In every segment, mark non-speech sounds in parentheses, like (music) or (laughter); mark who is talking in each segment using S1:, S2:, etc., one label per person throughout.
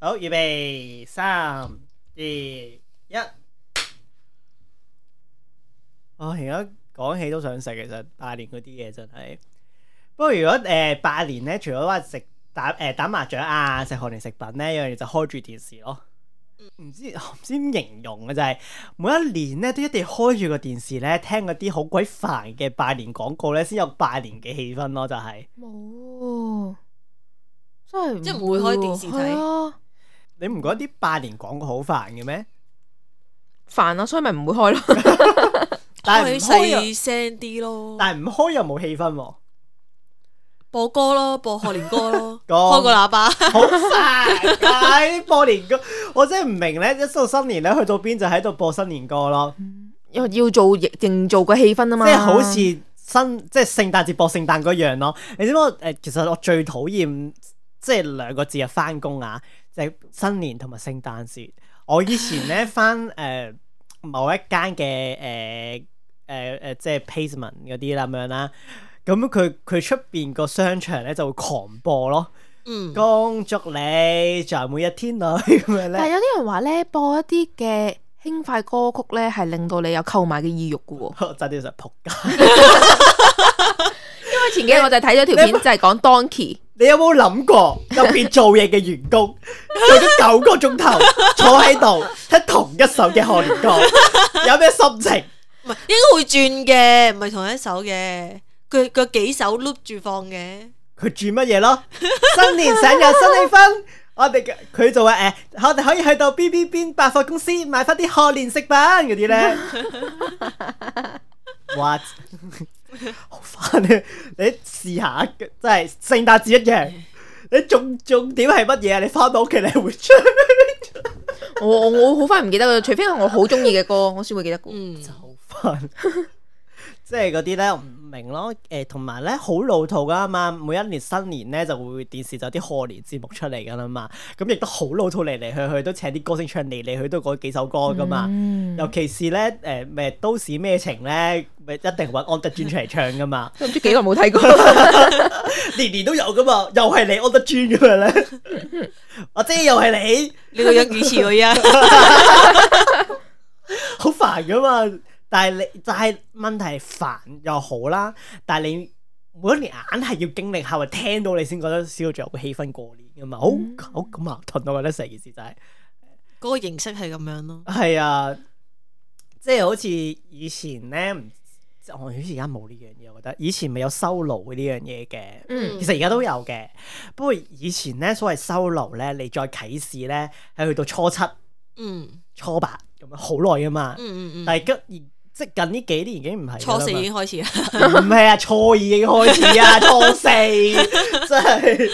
S1: 好，預備，三、二、一。我而家哦講起都想食，其實拜年嗰啲嘢真係。不過如果誒、呃拜年咧，除咗話食打誒、呃打麻雀啊，食賀年食品咧，有樣嘢就開住電視咯。唔知 (laughs) 唔知點形容嘅就係、每一年咧都一定要開住個電視咧，聽嗰啲好鬼煩嘅拜年廣告咧，先有拜年嘅氣氛咯，就係、
S2: 冇，真係
S3: 即係唔會開電視睇
S2: 係啊，
S1: 你唔覺得啲拜年廣告好煩嘅咩？
S2: 煩啊，所以咪唔會開咯。
S1: 但係唔開又
S3: 細聲啲咯，
S1: 但係唔開又冇氣氛喎、
S3: 播歌咯，播賀年
S1: (laughs)
S3: 歌咯，
S1: 咁
S3: (laughs) 開個喇叭。
S1: 好煩㗎！啲播年歌，我真係唔明咧，一到新年咧，去到邊就喺度播新年歌咯，
S2: (laughs) 又要做營造個氣氛啊
S1: 即
S2: 嘛，
S1: 係好似新即係聖誕節播聖誕嗰樣咯。你知唔知我呃誒？其實我最討厭即係兩個字啊，翻工啊，就係、新年同埋聖誕節。我以前咧翻誒某一間嘅誒誒誒，即係 placement 嗰啲啦咁樣啦，咁佢佢出邊個商場咧就會狂播咯。
S3: 嗯，
S1: 恭祝你在每一天裏 (laughs) 咁樣
S2: 但係啊
S1: 咧，
S2: 有啲人話咧，播一啲嘅輕快歌曲咧，係令到你有購買嘅意欲嘅喎。
S1: 我真係想仆街。
S2: 因為前幾日我就睇咗條片，就係講 Donkey，
S1: 你有冇諗過入邊做嘢嘅員工 (laughs) 做咗九個鐘頭，坐喺度聽同一首嘅賀年歌，有咩心情？
S3: 唔係應該會轉嘅，唔係同一首嘅，佢佢幾首 loop 住放嘅。
S1: 佢住乜嘢咯？ (laughs) 新年醒日新氣氛，我哋嘅佢就話誒、我哋可以去到 B B 邊百貨公司買翻啲賀年食品嗰啲咧。哇！好煩啊！你試下，真係聖誕節一樣。你重重點係乜嘢啊？你翻到屋企你會唱，
S2: 我我我好快唔記得嘅，除非係我好中意嘅 (laughs) 歌，我先會記得嘅。
S3: 嗯，
S1: 好煩。 (laughs) 即係嗰啲咧，我唔明咯。誒、同埋咧，好老土噶嘛。每一年新年咧，就會電視就有啲賀年節目出嚟噶啦嘛。咁亦都好老土，嚟嚟去去都請啲歌星唱嚟嚟去都嗰幾首歌噶嘛。
S2: 嗯
S1: 尤其是咧，誒、咩都市咩情咧，咪一定揾安德專出嚟唱噶嘛。
S2: 都唔知幾耐冇睇過。
S1: 年年都有噶嘛，又係你安德專咁樣咧。我知又係你，
S3: 你個樣幾似
S1: (laughs)
S3: 佢啊？
S1: 好煩噶嘛。但係你，但係問題係煩又好啦。但係你每一年硬係要經歷下，或者聽到你先覺得先到最有個氣氛過年噶嘛。好好咁矛盾，啊我覺得成件事就係、
S3: 嗰個形式係咁樣咯。
S1: 係啊，即係好似以前咧，唔我好似而家冇呢樣嘢，我覺得以前咪有收爐呢樣嘢嘅，
S2: (laughs) 嗯
S1: 其實而家都有嘅。不過以前咧，所謂收爐咧，你再啟示咧，係去到初七、
S3: 嗯
S1: 初八咁樣好耐啊嘛。
S3: 嗯嗯嗯，
S1: 但係今而即係近呢幾年已經唔係㗎啦
S3: 初
S1: 嘛
S3: 四已經開始啦。
S1: 唔係啊，初二已經開始
S3: (laughs)
S1: 啊，初四真係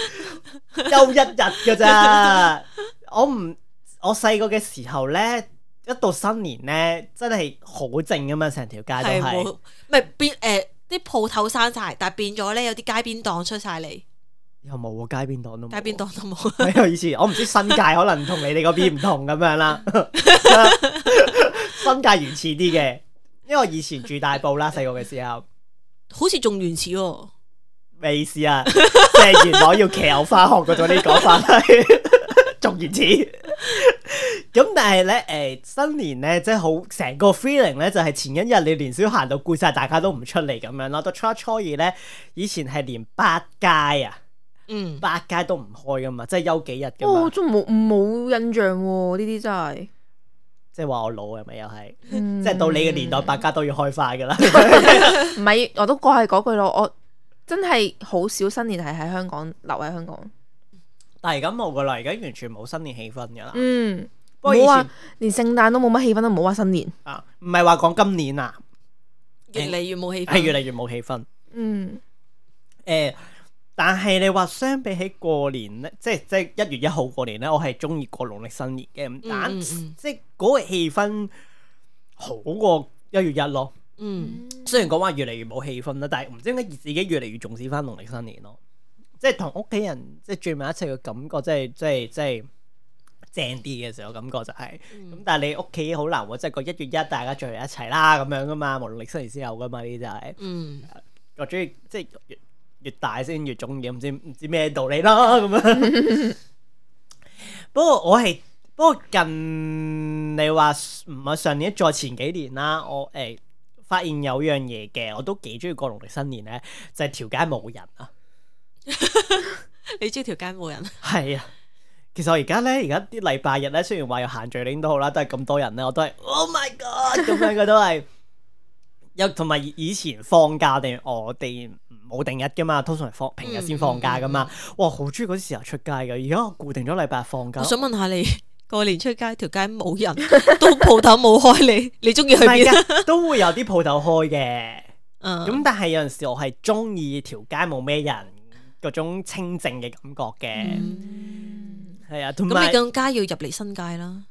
S1: 休一日㗎咋。我唔，我細個嘅時候咧，一到新年咧，真係好靜㗎嘛，成條街
S3: (laughs) 係
S1: 都
S3: 冇，
S1: 係。
S3: 唔係變誒啲鋪頭閂晒，但係變咗咧有啲街邊檔出晒嚟，
S1: 又冇喎，街邊檔都冇。
S3: 街
S1: (laughs)
S3: 邊檔都冇。 (laughs)
S1: 係啊，以前我唔知新界可能同你哋嗰邊唔同咁樣
S3: (laughs)
S1: 啦。 (laughs) 新界原始啲嘅，因為我以前住大埔啦，細個嘅時候。
S3: 好似仲原始喎，
S1: 咩意思啊？ (laughs) 即系原來要騎牛返學嗰種呢講法 (laughs) 係仲原始。 (laughs) 咁但係咧，诶、新年咧，即係好成個 feeling 咧，就係前一日你年宵行到攰晒，大家都唔出嚟咁樣咯。到初一初二咧，以前係連百佳啊，
S3: 嗯，
S1: 百佳都唔開噶嘛，即係休幾日噶
S2: 哦，我
S1: 嘛。
S2: 真係冇冇印象喎，呢啲真係。
S1: 即係話我老係咪又係？
S2: 嗯
S1: 即係到你嘅年代，百佳都要開快噶
S2: (laughs)
S1: 啦。 (laughs)
S2: 唔係，我都講係嗰句咯。我真係好少新年係喺香港留喺香港。
S1: 但係而家冇噶啦，而家完全冇新年氣氛噶啦。
S2: 嗯，
S1: 不過以
S2: 冇
S1: 前
S2: 啊連聖誕都冇乜氣氛，都冇話新年。
S1: 啊，唔係話講今年啊，
S3: 越嚟越冇氣
S1: 係越
S3: 氛。
S1: 嚟越冇氣氛。
S2: 嗯，
S1: 誒、呃但係你話相比起過年咧，即係即係一月一號過年咧，我係中意過農曆新年嘅，但、
S3: 嗯嗯
S1: 即係嗰個氣氛好過一月一咯。
S3: 嗯，
S1: 雖然講話越嚟越冇氣氛啦，但係唔知點解自己越嚟越重視翻農曆新年咯。即係同屋企人即係聚埋一齊嘅感覺，即係即係即係正啲嘅時候感覺就係、
S3: 嗯
S1: 咁、但係你屋企好難喎，即係個一月一大家聚埋一齊啦咁樣噶嘛，無論歷新年先有噶嘛，呢啲就係、
S3: 嗯，
S1: 我中意即係越越大先越中意，唔知唔知咩道理啦咁樣。 (laughs) 不過我係不過近你話唔係上年，再前幾年啦，我誒、欸、發現有樣嘢嘅，我都幾中意過農曆新年咧，就係、條街冇人啊。
S3: 你中意條街冇人，
S1: 係啊，其實我而家咧，而家啲禮拜日咧，雖然話有限聚令都好啦，都係咁多人咧，我都係 Oh my God
S3: (laughs)
S1: 咁樣嘅都係。有同埋以前放假定哦我哋冇定日噶嘛，通常係
S3: 嗯
S1: 放平日先放假噶嘛。哇，好中意嗰啲時候出街嘅。而家我固定咗禮拜日放假
S3: 我，想問下你 (laughs) 過年出街條街冇人， (laughs) 都鋪頭冇開
S1: (laughs)
S3: 你，你中意去
S1: 唔係
S3: 邊？
S1: 㗎 (laughs) 都會有啲鋪頭開嘅。
S3: 嗯
S1: 咁但係有陣時我係中意條街冇咩人嗰種清靜嘅感覺嘅，
S2: 嗯
S1: 係啊，同
S3: 咁
S1: 埋
S3: 你更加要入嚟新界啦。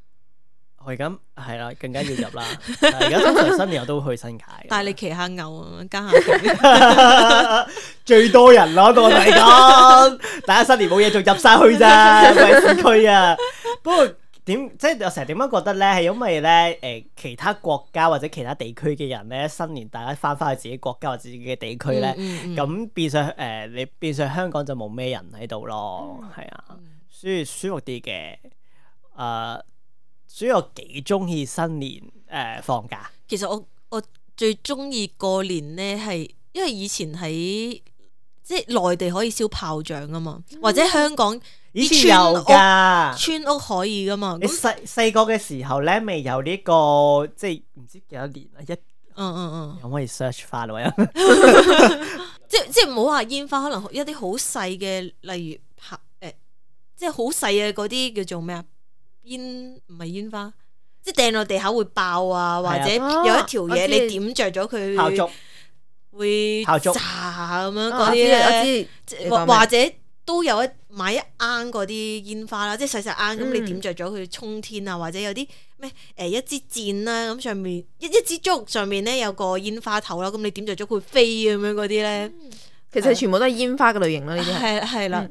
S1: 我而家係啦，更加要入啦。 (laughs) 而家通常新年我都會去新界嘅，(laughs)
S3: 但係你騎下牛啊，加下佢
S1: (laughs) 最多人咯，對我嚟講， (laughs) 大家新年冇嘢做入晒去
S3: (laughs)
S1: 咋，唔係市區啊。不過點即係我成日點樣覺得咧，係因為咧誒、其他國家或者其他地區嘅人咧，新年大家翻返去自己國家或者自己嘅地區咧。
S3: 嗯嗯嗯
S1: 咁變相誒、呃你變相香港就冇咩人喺度咯，
S3: 嗯
S1: 係啊，所以舒服啲嘅。誒、所以我幾中意新年誒、呃放假，
S3: 其實我我最中意過年呢，係因為以前喺即係內地可以燒炮仗啊嘛，或者香港
S1: 嗯以
S3: 啲
S1: 前有
S3: 村屋
S1: 㗎。
S3: 村屋可以噶嘛。
S1: 你
S3: 咁
S1: 細細個嘅時候咧，未有呢、個即係唔知幾多年啊，一
S3: 嗯嗯嗯，
S1: 可唔可以 search 翻啊？
S3: (laughs) 即即係唔好話煙花，可能一啲好細嘅，例如炮誒，即係好細嘅嗰啲叫做咩啊？煙唔係煙花，即係掟落地下會爆啊，或
S1: 係啊
S3: 者有
S2: 啊
S3: 一條嘢
S2: 我知
S3: 你點着咗佢，
S1: 炮竹
S3: 會
S1: 炮竹
S3: 炸啊咁樣
S2: 啊我
S3: 嗰
S2: 知
S3: 啲咧。
S2: 我知，
S3: 即
S2: 你
S3: 或
S2: 講咩
S3: 或者都有一買一罌嗰啲煙花啦，即係細細罌咁，
S2: 嗯
S3: 你點着咗佢衝天啊，或者有啲咩誒一支箭啦，咁上面一一支竹上面咧有個煙花頭啦，咁你點着咗佢飛咁樣嗰啲咧，
S2: 其實全部都係煙花嘅類型啦，呢啲係。嗯
S3: 係係啦，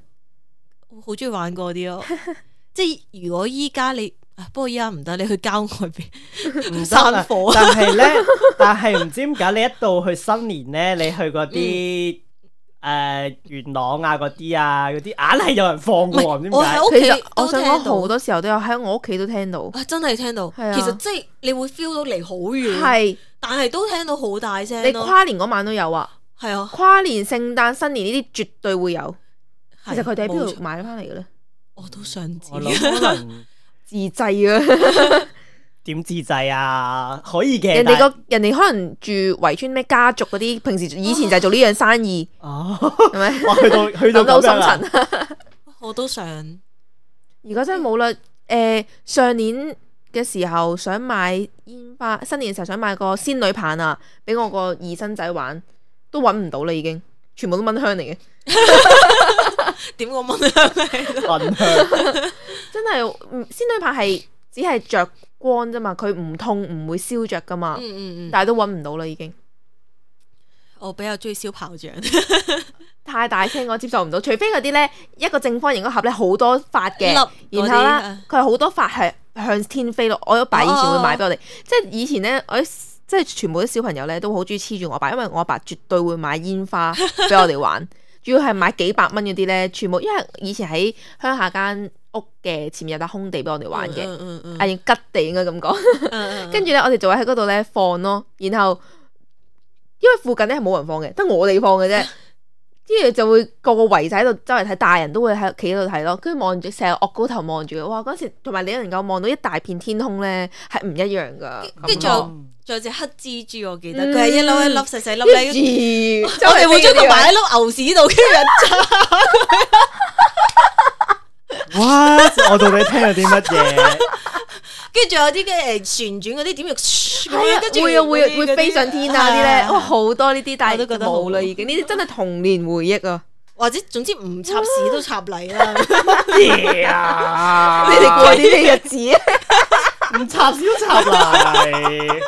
S3: 我好中意玩嗰啲咯。
S2: (laughs)
S3: 即係如果依家你，啊不過依家唔得，你去郊外邊
S1: 唔
S3: 散 (laughs) 火啊，
S1: 但係咧，但係唔知點解你一到去新年咧，你去嗰
S3: 嗯
S1: 啲誒元朗啊嗰啲啊嗰啲，硬係有人放
S3: 唔
S1: 過啊喎，唔知
S3: 係
S1: 點
S3: 我
S1: 解。
S3: 喺
S2: 其
S3: 屋
S2: 實我
S3: 企都
S2: 想
S3: 聽
S2: 講
S3: 到
S2: 好多時候都有喺我屋企都聽到，
S3: 啊，真係聽到。其
S2: 係啊
S3: 實即係你會 feel 到離好遠，
S2: 係
S3: 但係都聽到好大聲
S2: 你
S3: 咯，
S2: 跨年嗰晚都有啊，
S3: 係啊。
S2: 跨年、聖誕、新年呢啲絕對會有。其實佢哋喺邊
S3: 冇
S2: 度
S3: 錯
S2: 買翻嚟嘅咧？
S3: 我都想知。
S1: 我
S2: (laughs)
S1: 諗可能
S2: 自製啊！
S1: 點自制啊，可以嘅。
S2: 人哋
S1: 但係
S2: 個人哋可能住圍村咩家族嗰啲，平時以前就係做呢樣生意，
S1: 哦， (laughs)
S2: 係咪？
S1: 哇去
S2: (laughs)
S1: 到去到
S2: 諗
S1: 咁
S2: 到好
S1: 樣啊
S2: 深，層。
S3: (laughs) 我都想。
S2: 而家真係冇啦。誒，上年嘅時候想買煙花，新年嘅時候想買個仙女棒啊，俾我個二生仔玩，都揾唔到啦，已經全部都蚊香嚟嘅，
S3: 點個啊蚊香
S2: (laughs)
S1: 混香
S2: 真係嗯仙女棒係只係着光啫嘛，佢唔痛唔會燒着噶嘛，
S3: 嗯嗯嗯。
S2: 但係都揾唔到啦，已經
S3: 我比較中意燒炮仗。
S2: 太大聲，我接受唔到。除非嗰啲呢，一個正方形嗰盒呢，好多發嘅。
S3: 粒嗰
S2: 然
S3: 啲
S2: 後
S3: 啊哦
S2: 啦，佢係好多發係向天飛咯。我阿爸以前會買俾我哋，即係以前咧，我啲即係全部啲小朋友咧都好中意黐住我阿爸，因為我阿爸絕對會買煙
S3: (laughs)
S2: 花俾我哋玩，主要係買幾百蚊嗰啲咧，全部因為以前喺鄉下間屋嘅前面有笪空地俾我哋玩嘅，
S3: 嗯嗯嗯
S2: 啊，吉地應該咁講。
S3: 嗯。
S2: 跟住咧，我哋就會喺嗰度咧放咯，然後因為附近咧係冇人放嘅，得我哋放嘅
S3: (laughs)
S2: 啫。跟住就會個個圍仔喺度周圍睇，大人都會喺企喺度睇咯，跟住望住成日惡高頭望住，哇！嗰時同埋你能夠望到一大片天空咧，係唔一
S3: (laughs)
S2: 樣噶。(laughs)
S3: 跟住
S1: 咁
S3: 仲有
S1: 咯
S3: 仲有隻黑蜘蛛，我記得
S2: 嗯
S3: 佢係一粒一粒細細粒
S2: 跟
S3: 咧。
S2: 住
S3: 我哋會將
S2: (laughs)
S3: 佢
S2: 擺
S3: 擺喺粒牛屎度，跟住
S1: 哇！我到底聽咗啲乜嘢？
S3: 跟住仲有啲嘅誒旋轉嗰啲點樣
S2: 係啊
S3: 跟住
S2: 會啊會啊
S3: 嗰啲
S2: 會飛上天啊
S3: 係
S2: 啲咧，哇！好多呢啲，但
S3: 我都
S2: 係
S3: 覺得好
S2: 冇啦已經，呢啲真係童年回憶
S3: (laughs)
S2: 啊！
S3: 或者總之唔插屎都插泥啦。
S1: 嘢啊！
S2: (laughs) 你哋過啲咩日子啊？
S1: 唔插小插
S2: (laughs)
S1: 嚟，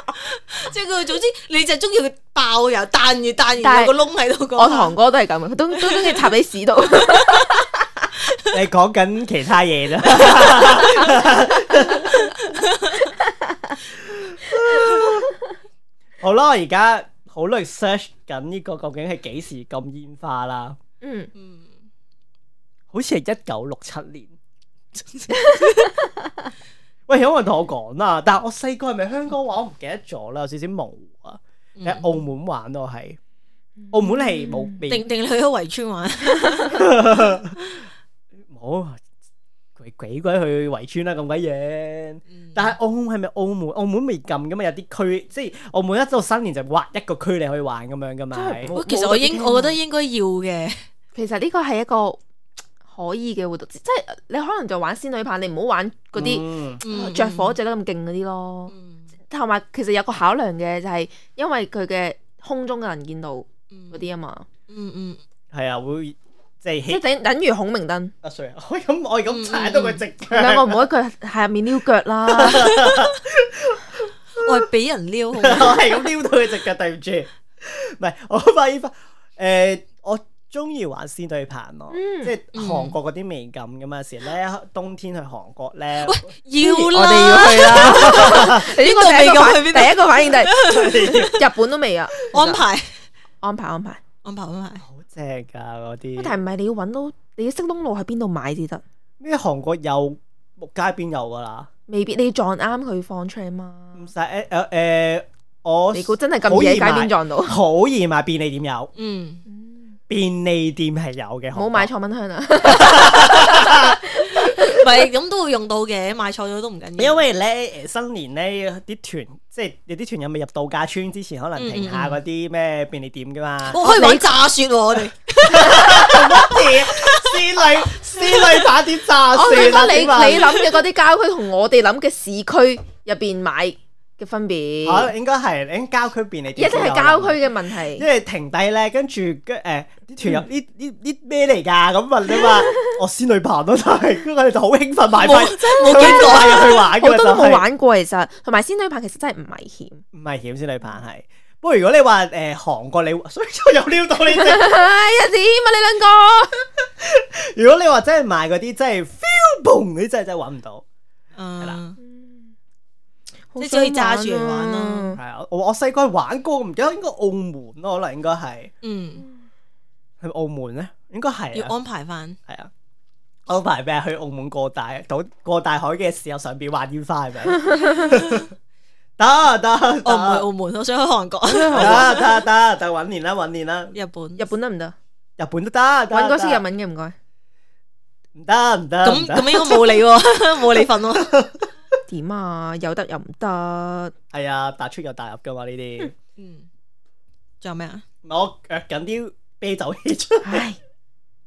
S3: 即係佢總之你就中意佢爆又彈完彈
S2: 但係
S3: 完有個窿喺度嗰下。
S2: 我堂哥都係咁嘅，佢都都中意插喺屎度。
S1: 你講緊其他嘢啫。 (laughs) 好啦，我而家好耐 search 緊呢個究竟係幾時禁煙花啦？
S2: 嗯。
S3: 嗯
S1: 好似係一九六七年，喂，有冇人同我講啦？但係我細個係咪香港玩？我唔記得咗啦，有少少模糊啊。
S2: 嗯
S1: 喺澳門玩咯，係澳門係冇未
S3: 定定你去咗圍村玩，
S1: 冇鬼鬼鬼去圍村啦，咁鬼
S2: 嗯
S1: 樣。但係澳門係咪澳門？澳門未禁噶嘛，有啲區即係澳門一到新年就劃一個區你可以玩咁樣噶嘛。
S2: 真係
S1: 係
S2: 冇
S3: 喂其實我應，我覺得應該要嘅，
S2: 其實呢個係一個可以嘅活動，即係你可能就玩仙女棒，你唔好玩嗰啲
S1: 嗯
S3: 嗯
S2: 着火着得咁勁嗰啲咯。
S3: 嗯
S2: 同埋其實有個考量嘅就係因為佢嘅空中嘅能見度
S3: 嗯
S2: 嗰啲啊嘛，
S3: 嗯嗯，
S1: 係啊，會即係
S2: 即嗯係
S1: 起
S2: 等等於孔明
S3: (laughs)
S2: 燈，
S1: 啊，sorry，我 (laughs) 咁我咁踩到佢直腳。
S2: 兩個唔好一腳下面撩腳
S3: (laughs)
S2: 啦。
S3: 我係俾人
S1: (laughs)
S3: 撩好嘛
S1: 我係咁撩到佢隻腳，對唔住。唔係，我發現翻，誒、我中意玩仙女棒咯，
S2: 嗯
S1: 即係韓國嗰啲未禁噶嘛，有時咧冬天去韓國咧，
S3: 要
S2: 我哋要
S3: 啦，
S2: 去啦。你呢個第一個
S3: 邊度
S2: 反
S3: 未夠去邊
S2: (laughs)
S3: 度
S2: 第一個反
S3: (laughs)
S2: 應就係日本都未啊，
S3: 安排
S2: 安排安排。
S3: 安排安排，
S1: 好正㗎嗰啲。
S2: 但係唔係你要揾到你要識東路喺邊度買至得，
S1: 咩韓國有木街邊有㗎啦，
S2: 未必你要撞啱佢放出嚟嘛。
S1: 唔使誒誒誒，我
S2: 嗯你估真係咁夜喺街邊撞到？
S1: 好易買便利店有，
S3: 嗯，
S1: 便利店係有嘅。韓
S2: 唔好
S1: 國
S2: 買錯蚊香啊！
S3: 唔係咁都會用到嘅，買錯咗都唔緊要
S1: 因。為咧，誒新年咧啲團，即係有啲團友未入度假村之前，可
S2: 嗯
S1: 能停下嗰啲咩便利店噶嘛。
S3: 我可以玩炸雪喎，我哋
S1: 仙女仙女打啲炸
S2: 我
S1: 線
S2: 覺
S1: 啦，
S2: 得哦你
S1: 點啊？
S2: 你諗嘅嗰啲郊區同我哋諗嘅市區入邊買嘅分別，
S1: 啊，應該係，應該郊區便利
S2: 一定
S1: 店。
S2: 係郊區。嘅問題
S1: 啊因。為停低咧，跟住跟誒啲團友呢呢呢咩嚟㗎？咁問啊嘛， (laughs) 我仙女棒咯，就係跟住佢哋就好興奮買翻，
S3: 冇真係冇
S1: 經過入去玩
S2: 好
S1: 嘅
S2: 多
S1: 就
S2: 都冇
S1: 係
S2: 玩過，其實同埋仙女棒其實真係唔危險。
S1: 唔係險仙女棒係。不過如果你話誒韓國，你 (laughs) 所以我又撩到你啫。
S2: (laughs) 哎呀，點啊你
S1: 如
S2: 兩個？
S3: (laughs)
S1: 果你話真係賣嗰啲真係 feel boom，你真係真係揾唔到。
S3: 嗯，
S2: 好
S3: 即係只可以揸住嚟
S2: 想啊
S3: 玩咯
S1: 係啊，我我細個係玩過，唔記得應該澳門咯，可能應該係
S3: 嗯，
S1: 去澳門咧，應該係
S3: 要
S1: 啊，
S3: 安排翻，
S1: 係啊。安排咩？去澳門過大到過大海嘅時候，上邊玩煙花係咪？ (laughs) 得得
S3: 哦我唔去
S1: 得
S3: 澳門，我想去韓國、
S1: 得得得，就揾年啦，揾年啦，
S3: (laughs) 日本。
S2: 日本得唔得？
S1: 日本都得。揾
S2: 揾個識日文嘅唔該。
S1: 唔得唔得
S3: 咁
S1: 唔得
S3: 咁應該冇你喎， (laughs) 冇
S1: (laughs)
S3: 你份喎。
S2: 點啊？有得又唔得？
S1: 係啊，打出又打入噶嘛呢啲。
S3: 嗯，仲有咩啊？
S1: 唔係我腳緊啲啤酒氣出嚟。
S2: 唉，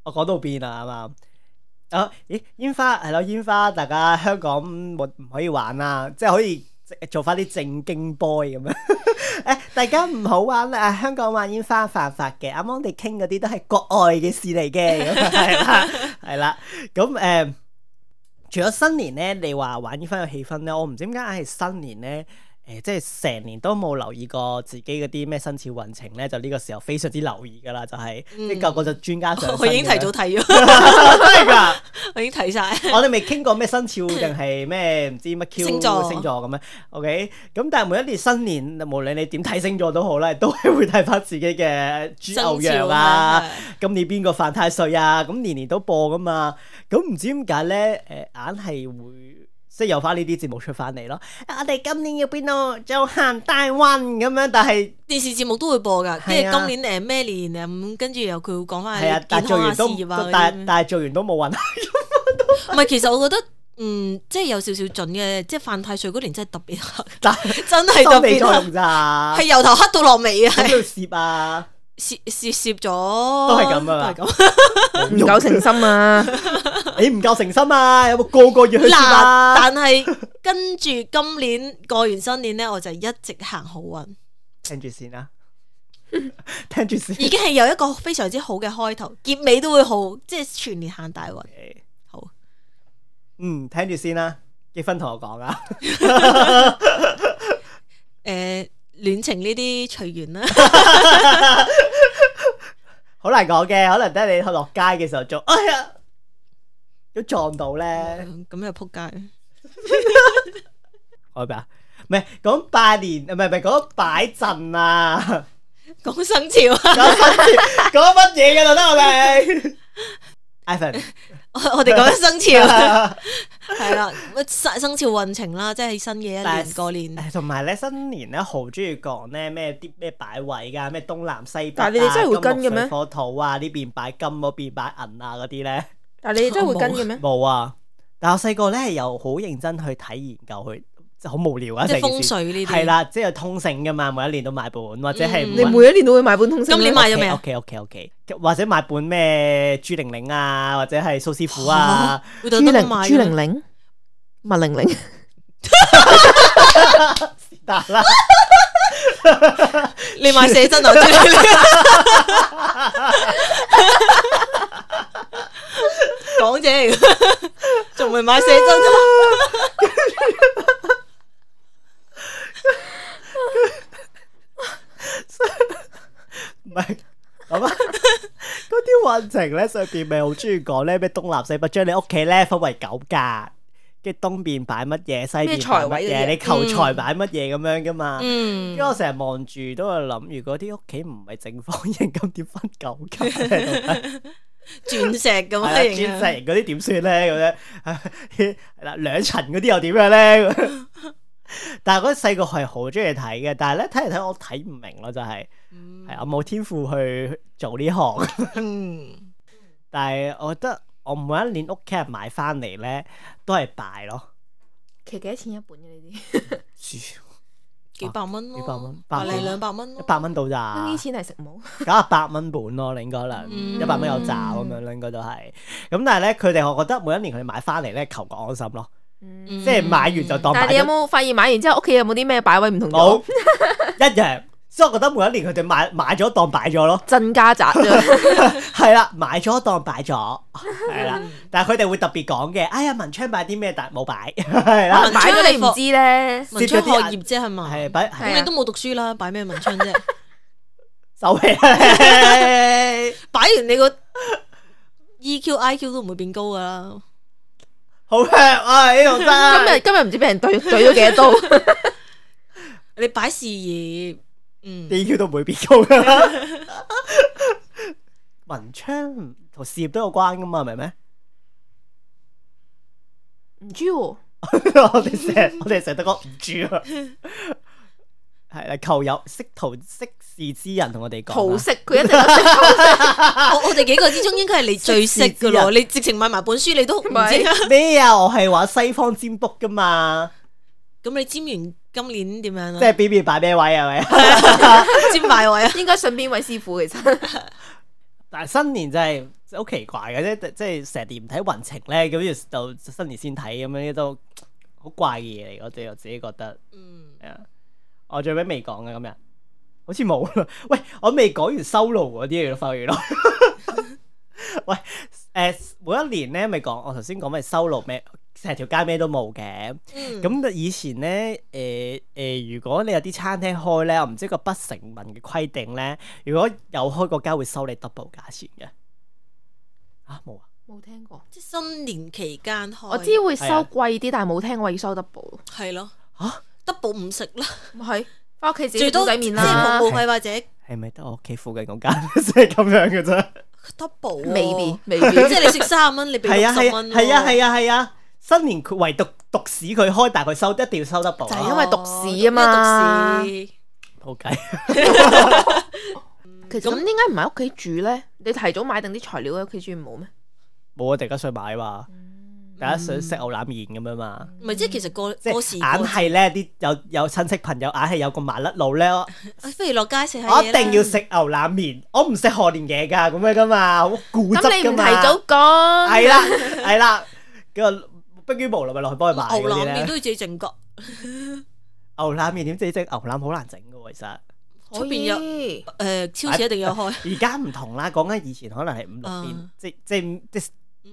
S1: 我講到邊啊啱啱啊，咦煙花係咯，煙花大家香港冇唔可以玩啦，即係可以做翻啲正經 boy 咁樣。 (laughs) 誒，大家唔好玩啦！啊香港玩煙花犯法嘅，啱啱我哋傾嗰啲都係國外嘅事嚟嘅，咁啊係啦，係啦。咁誒、除咗新年咧，你話玩煙花有氣氛咧，我唔知點解硬係新年咧。誒、即係成年都冇留意過自己嗰啲咩生肖運程咧，就呢個時候非常之留意㗎啦，就係、即係個個就專家上身
S3: (laughs) 我已經
S1: 咁樣
S3: 提早睇咗，
S1: (laughs) 真係㗎！
S3: 我已經睇晒。
S1: 我哋未傾過咩生肖定係咩唔知乜 Q
S3: 星座
S1: 星座咁樣，OK？咁但係每一年新年，無論你點睇星座都好啦， (laughs) 都係會睇翻自己嘅 (laughs) 豬牛羊啊，今年邊個犯太歲啊，咁年年都播噶嘛。咁唔知點解咧？誒、硬係會即係有翻呢啲節目出翻嚟咯。啊我哋今年要邊度就行大運咁樣，但係
S3: 電視節目都會播㗎，
S1: 係啊
S3: 跟住今年誒咩年誒咁，跟住又佢會講翻
S1: 係啊，但係
S3: 健
S1: 做
S3: 康啊、
S1: 完
S3: 事
S1: 都
S3: 業啊嗰
S1: 但
S3: 啲。
S1: 但係做完都冇運。 (laughs)
S3: 唔係，其實我覺得嗯，即係有少少準嘅，即係犯太歲嗰年真係特別黑，
S1: 但
S3: (laughs) 真係特
S1: 心理
S3: 別
S1: 作
S3: 黑，
S1: 用咋？
S3: 係由頭黑到落尾啊！
S1: 喺度攝
S3: (laughs)
S1: 啊！
S3: 涉涉涉咗，
S1: 都
S3: 都
S1: 係咁啊
S3: 係咁。
S2: 唔夠誠
S1: (laughs)
S2: 心啊！
S1: 你唔夠誠心啊！有冇個個月去試
S3: 嗱，
S1: 啊？
S3: 但係跟住今年過完新年咧，我就一直行好運，
S1: 聽住先啦， (laughs) 聽住先。
S3: 已經係有一個非常之好嘅開頭，結尾都會好，即係全年行大運。好，
S1: 嗯，聽住先啦。結婚同我講啊，
S3: 誒、戀情呢啲隨緣啦，
S1: 好難講嘅，可能得你落街嘅時候做，哎呀，都撞到咧。 (laughs)
S3: 咁又撲街。
S1: 我咩啊？唔係講拜年，唔係唔係講擺陣啊，
S3: 講生肖，啊 (laughs)
S1: 講乜嘢講乜嘢嘅就得我哋。 ，Ivan，
S3: 我我哋講緊生肖啊
S1: (laughs)
S3: 係啦，乜生生肖運程啦，即係新嘅一
S1: 但係
S3: 年過
S1: (laughs)
S3: 年，
S1: 誒同埋咧新年咧好中意講咧咩啲咩擺位㗎，咩東南西北啊，
S2: 但係你哋真係會跟嘅咩
S1: 金木水火土啊，呢邊擺金，嗰邊擺銀啊嗰啲咧。
S2: 但係你真係會跟嘅咩？
S1: 冇啊！但我細個咧又好認真去睇研究，去就好無聊啊！
S3: 即係
S1: 成件
S3: 風
S1: 事
S3: 水呢啲。
S1: 係，啦，即係通勝噶嘛，每一年都買本，或者係
S3: 嗯
S2: 你每一年都會買本通勝咩。
S3: 今年買咗
S1: (laughs)
S3: 未啊？
S1: ？OK OK OK，或者買本咩朱玲玲啊，或者係蘇師傅
S2: (laughs)
S1: 啊，
S3: 會
S2: 朱
S3: 特登
S2: 玲
S3: 買
S2: 朱玲玲麥玲玲，
S1: 是但啦，
S3: 你買寫真啊？朱玲玲
S1: (laughs)
S3: 港姐嚟嘅，仲唔係買寫真啊？
S1: 唔係咁啊。 (laughs) 嗰啲運程咧上邊咪好中意講咧咩東南西北，將你屋企咧分為九格，跟住東邊擺乜嘢，西
S2: 咩
S1: 邊擺
S2: 財位
S1: 乜
S2: 嗰啲啊
S1: 嘢，你求財擺乜嘢咁樣噶嘛。
S3: 嗯
S1: 因為我成日望住都喺度諗，如果啲屋企唔係正方形，咁點分九
S2: (laughs)
S1: 格咧？
S3: 鑽石咁
S1: 係啦
S3: 嘅
S1: 鑽
S3: 型
S1: 石
S3: 啊，
S1: 型嗰啲點算咧？咁樣係啦，兩層嗰啲又點樣咧？ (laughs) 但係嗰陣細個係好中意睇嘅，但係咧睇嚟睇我睇唔明咯，就係係我冇天賦去做呢行，
S3: 嗯，
S1: 但係我覺得我每一年屋企人買翻嚟咧都係敗咯，
S2: 其實幾多錢一本嘅呢啲？
S3: 幾百蚊咯，
S1: 幾百
S2: 哦
S1: 蚊百
S3: 百
S1: 幾
S3: 零兩百蚊
S1: 一 (laughs)
S3: 咯，
S1: 百蚊到咋？
S2: 呢啲錢係食冇。
S1: 九十八蚊本咯，你應該可能
S3: 嗯
S1: 一百蚊有找咁樣啦，應該都係。咁但係咧，佢哋我覺得每一年佢哋買翻嚟咧，求個安心咯，
S3: 嗯
S1: 即係買完就當買
S2: 但係你有
S1: 咗
S2: 冇發現買完之後屋企有冇啲咩擺位唔同
S1: 冇
S2: 咗？
S1: 一樣。所以我覺得每一年佢哋買買咗當擺咗咯，
S2: 真家宅啫，
S1: 係啦，買咗當擺咗，係啦。
S2: 嗯
S1: 但係佢哋會特別講嘅，哎呀文昌擺啲咩，但係冇擺，係啦，
S2: (laughs) 買咗你唔知咧。
S3: 文
S1: 接咗
S3: 昌
S1: 啲
S3: 學
S1: 眼
S3: 業啫係
S2: 哦
S3: 嘛？
S1: 係啊擺係
S2: 係
S3: 咁你都冇讀書啦，擺咩文昌啫？ (laughs)
S1: 手氣 (laughs) 啦，
S3: 擺完你個 E EQ、IQ 都唔會變高噶啦。
S1: 好香啊呢度真
S2: 今日
S1: 係。
S2: 今日唔知俾人對對咗幾多刀，
S3: 你擺事業，嗯，
S1: (laughs) DQ 都唔會變高噶啦。文昌同事業都有關噶嘛，明唔明？ (laughs)
S2: 唔知喎。
S1: 我哋成日我哋成日都講唔住啊， (laughs) 係啦，求有識途識事之人同我哋講
S2: 桃
S1: 啊，
S2: 色佢一定 (laughs) 係
S3: 我我哋幾個之中應該係你最識
S1: 識字之
S3: 噶咯。
S1: 人
S3: 你直情買埋本書，你都唔
S2: 咪
S3: 知。
S1: 咩啊？我係玩西方占卜噶嘛，
S3: 咁你尖完今年點樣
S1: 即
S3: 啊？
S1: 係 B B 擺咩位係咪？
S3: (laughs) 尖埋
S1: (laughs)
S3: 位啊！
S2: 應該信邊位師傅其實。
S1: 但係新年真係好奇怪嘅啫，即係成年唔睇運程咧，咁就就新年先睇咁樣都好怪嘅嘢嚟。我哋我自己覺得
S3: 嗯，
S1: 係啊，我最尾未講嘅今日，好似冇啦。 (laughs) 喂，我未講完修路嗰啲嘢咯，發完咯。 (laughs) 喂，誒、每一年咧，咪講我頭先講咪修路咩，成條街咩都冇嘅。
S3: 嗯
S1: 咁、呃以前咧，誒、誒、如果你有啲餐廳開咧，我唔知個不成文嘅規定咧，如果有開個街會收你 double 價錢嘅。啊，冇啊！
S2: 冇聽過，
S3: 即係新年期間開，
S2: 我知會收貴啲，但係冇聽過要收 double。
S3: 係咯
S1: 嚇
S3: ，double 唔食啦，
S2: 唔係，翻屋企自己
S3: 最
S2: 煲
S3: 多
S2: 仔
S3: 即
S2: 麵
S3: 係
S2: 啦
S3: 服。務費或者
S1: 係咪得我屋企附近嗰間 (laughs) 即係咁樣嘅啫？
S3: double 喎
S2: maybe
S3: 哦即
S2: maybe
S3: 係你食三十蚊，你俾
S1: 係啊
S3: 六
S1: 係
S3: 十
S1: 啊
S3: 蚊喎。
S1: 係啊係啊係啊！新年佢唯獨獨市佢開，但係佢收一定要收得補
S2: 就係
S1: 啊！
S2: 因為讀史啊嘛
S3: 哦因為讀史
S1: 冇計， (laughs)
S2: 其實咁點解唔喺屋企煮咧？你提早買定啲材料喺屋企煮唔好咩？
S1: 冇啊！大家想買嘛，大家想食牛腩面咁樣嘛，
S3: 唔係即係其實過
S1: 即
S3: 過
S1: 係
S3: 時過
S1: 硬嗯係咧啲有有親戚朋友硬係有個麻甩佬咧，我
S3: 哎不如落街食下
S1: 我
S3: 嘢
S1: 一
S3: 啦
S1: 定要食牛腩面，我唔食賀年嘢㗎咁樣噶嘛，好固執
S2: 咁你
S1: 㗎
S2: 唔
S1: 嘛，
S2: 提早講，
S1: 係啦係啦，咁啊迫於無奈咪落去幫佢買嗰啲
S3: 牛腩面
S1: 咧。
S3: 都要自己整角，
S1: 牛腩面點自己整？牛腩好難整㗎喎，其實。
S3: 出
S1: 啊
S2: 可
S3: 邊
S2: 以
S3: 有誒超市一定要開。
S1: 而家唔同啦，講緊以前可能係五六點
S3: 嗯，
S1: 即即即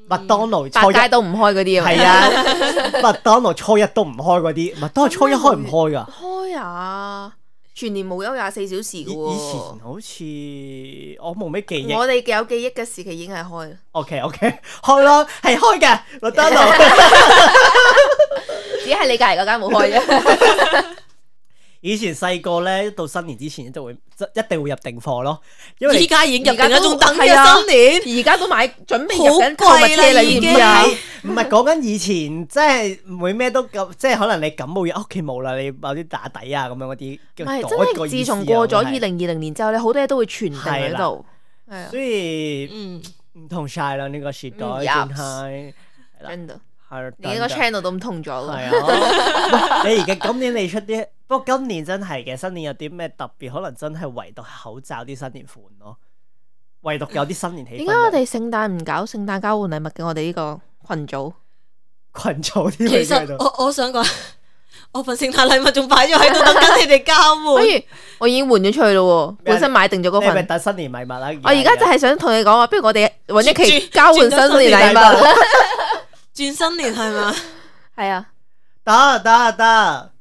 S1: 麥當勞初
S2: 啊嗯百
S1: 一
S2: 佳都唔開嗰啲啊嘛。
S1: 係
S2: (laughs)
S1: 啊，麥當勞初一都唔開嗰啲，麥當勞初一開唔開噶？
S2: 開啊！全年無休廿四小時嘅
S1: 以
S2: 喎。
S1: 以前好似我冇咩記憶。 (laughs)
S2: 我哋有記憶嘅時期已經係開啦。
S1: OK OK，開咯，係開嘅麥當
S2: (laughs)
S1: 勞。
S2: 只係你隔離嗰間冇開啫。
S1: 以前細個咧，到新年之前就會一定會入定貨咯，因為
S3: 依
S1: 你
S3: 家已經入定
S2: 而家
S3: 啦，
S2: 都
S3: 仲等
S2: 係啊
S3: 嘅新
S2: (laughs)
S3: 年。
S2: 而家都買準備入
S3: 好
S2: 緊購物
S3: 貴
S2: 車
S3: 啦
S2: 啦，
S3: 已
S2: 知唔
S3: 經
S2: 知啊？
S1: 唔係講緊以前，即係唔會咩都咁，即係可能你感冒哦藥屋企冇啦，你有啲打底啊咁樣嗰啲，
S2: 唔係，
S1: 嗰
S2: 真
S1: 個
S2: 係
S1: 意
S2: 自
S1: 思啊
S2: 從過咗
S1: 我
S2: 二
S1: 係
S2: 零二零年之後咧，好多嘢都會存定喺
S1: 係
S2: 度。係啊，
S1: 所以
S3: 嗯，
S1: 唔同晒啦，呢個時代
S2: 嗯
S1: 真係啦
S2: 真嘅，
S1: 係
S2: 連一個
S1: 等等
S2: channel 都唔同咗
S1: 係
S2: 啦。
S1: 啊，
S2: (laughs)
S1: 喂你而家今年你出啲，不過今年真係嘅，新年有啲咩特別？可能真係唯獨口罩啲新年款咯，唯獨有啲新年氣氛。
S2: 點解我哋聖誕唔搞聖誕交換禮物嘅？我哋呢個群組
S1: 哦啊 (laughs) 群組啲
S3: (laughs) 其
S1: 嘢喺
S3: 實
S1: 度？
S3: 我我想講， (laughs) 我份聖誕禮物仲擺咗喺度，等緊你哋交
S1: 哎
S2: 不
S3: 換。
S2: 如哎我已經換咗出去咯
S1: 咩啊
S2: 喎，本身買定咗
S1: 你
S2: 嗰
S1: 係咪
S2: 份。
S1: 等新年禮物啊啦？
S2: 我而家就係想同你講話，不如我哋揾一期
S3: 轉
S2: 交換新年禮物。
S3: 轉新年係嘛？ (laughs)
S2: 係啊，
S1: 得得
S2: (laughs)
S1: 得，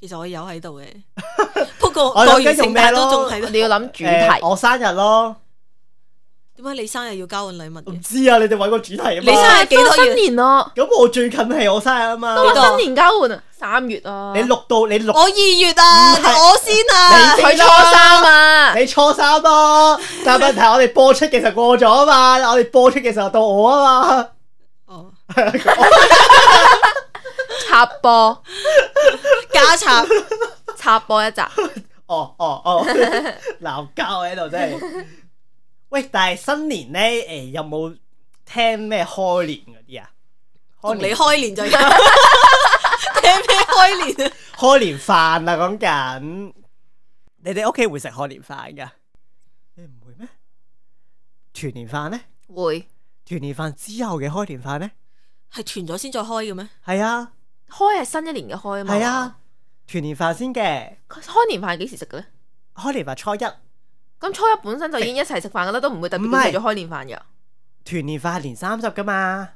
S3: 其實我有喺
S1: (laughs)
S3: 度嘅，不過過
S1: 我
S3: 完
S1: 諗緊用
S3: 聖
S1: 咩
S3: 誕
S1: 咯
S3: 都仲喺度。
S2: 你要諗主
S1: 誒
S2: 題。
S1: 我生日咯，
S3: 點解你生日要交換禮物
S1: 唔
S2: 嗯
S3: 嘅？
S1: 知啊，你哋揾個主題啊
S3: 你生
S1: 嘛。
S3: 日幾多月
S2: 都新年咯，
S1: 咁我最近係我生日啊嘛
S2: 都，
S3: 多
S2: 話新年交換啊，三月啊，
S1: 你錄到你錄
S3: 我二月啊，
S1: 唔係
S3: 我先啊
S1: 你。
S2: 佢初三啊，
S1: 你初三咯，但系问题我哋播出嘅時候過咗啊嘛，我哋播出嘅時候到我啊嘛，
S3: (laughs)
S1: (laughs)
S3: 哦，
S2: 插播
S1: (laughs)
S3: 加插
S2: (laughs) 插播一集，
S1: 哦哦哦， (laughs) 鬧交喺度真係。喂，但係新年咧，诶、有冇聽咩開年嗰啲啊？開
S3: 同你
S1: 年
S3: 開年就有。
S1: (laughs)
S3: (laughs) 聽咩開年啊？
S1: 開年飯啊，講緊你哋屋企會食開年飯噶？你唔會咩？團年飯咧？
S2: 會
S1: 團年飯之後嘅開年飯咧？
S3: 係團咗先再開嘅咩？
S1: 係啊，
S2: 開係新一年嘅開啊嘛。
S1: 係啊，團年飯先嘅，
S2: 開年飯係幾時食嘅咧？
S1: 開年飯初一。
S2: 咁初一本身就已經一齊食飯噶啦，都唔會啊特別
S1: 唔係
S2: 為咗開年飯嘅。
S1: 團年飯係年三十噶嘛，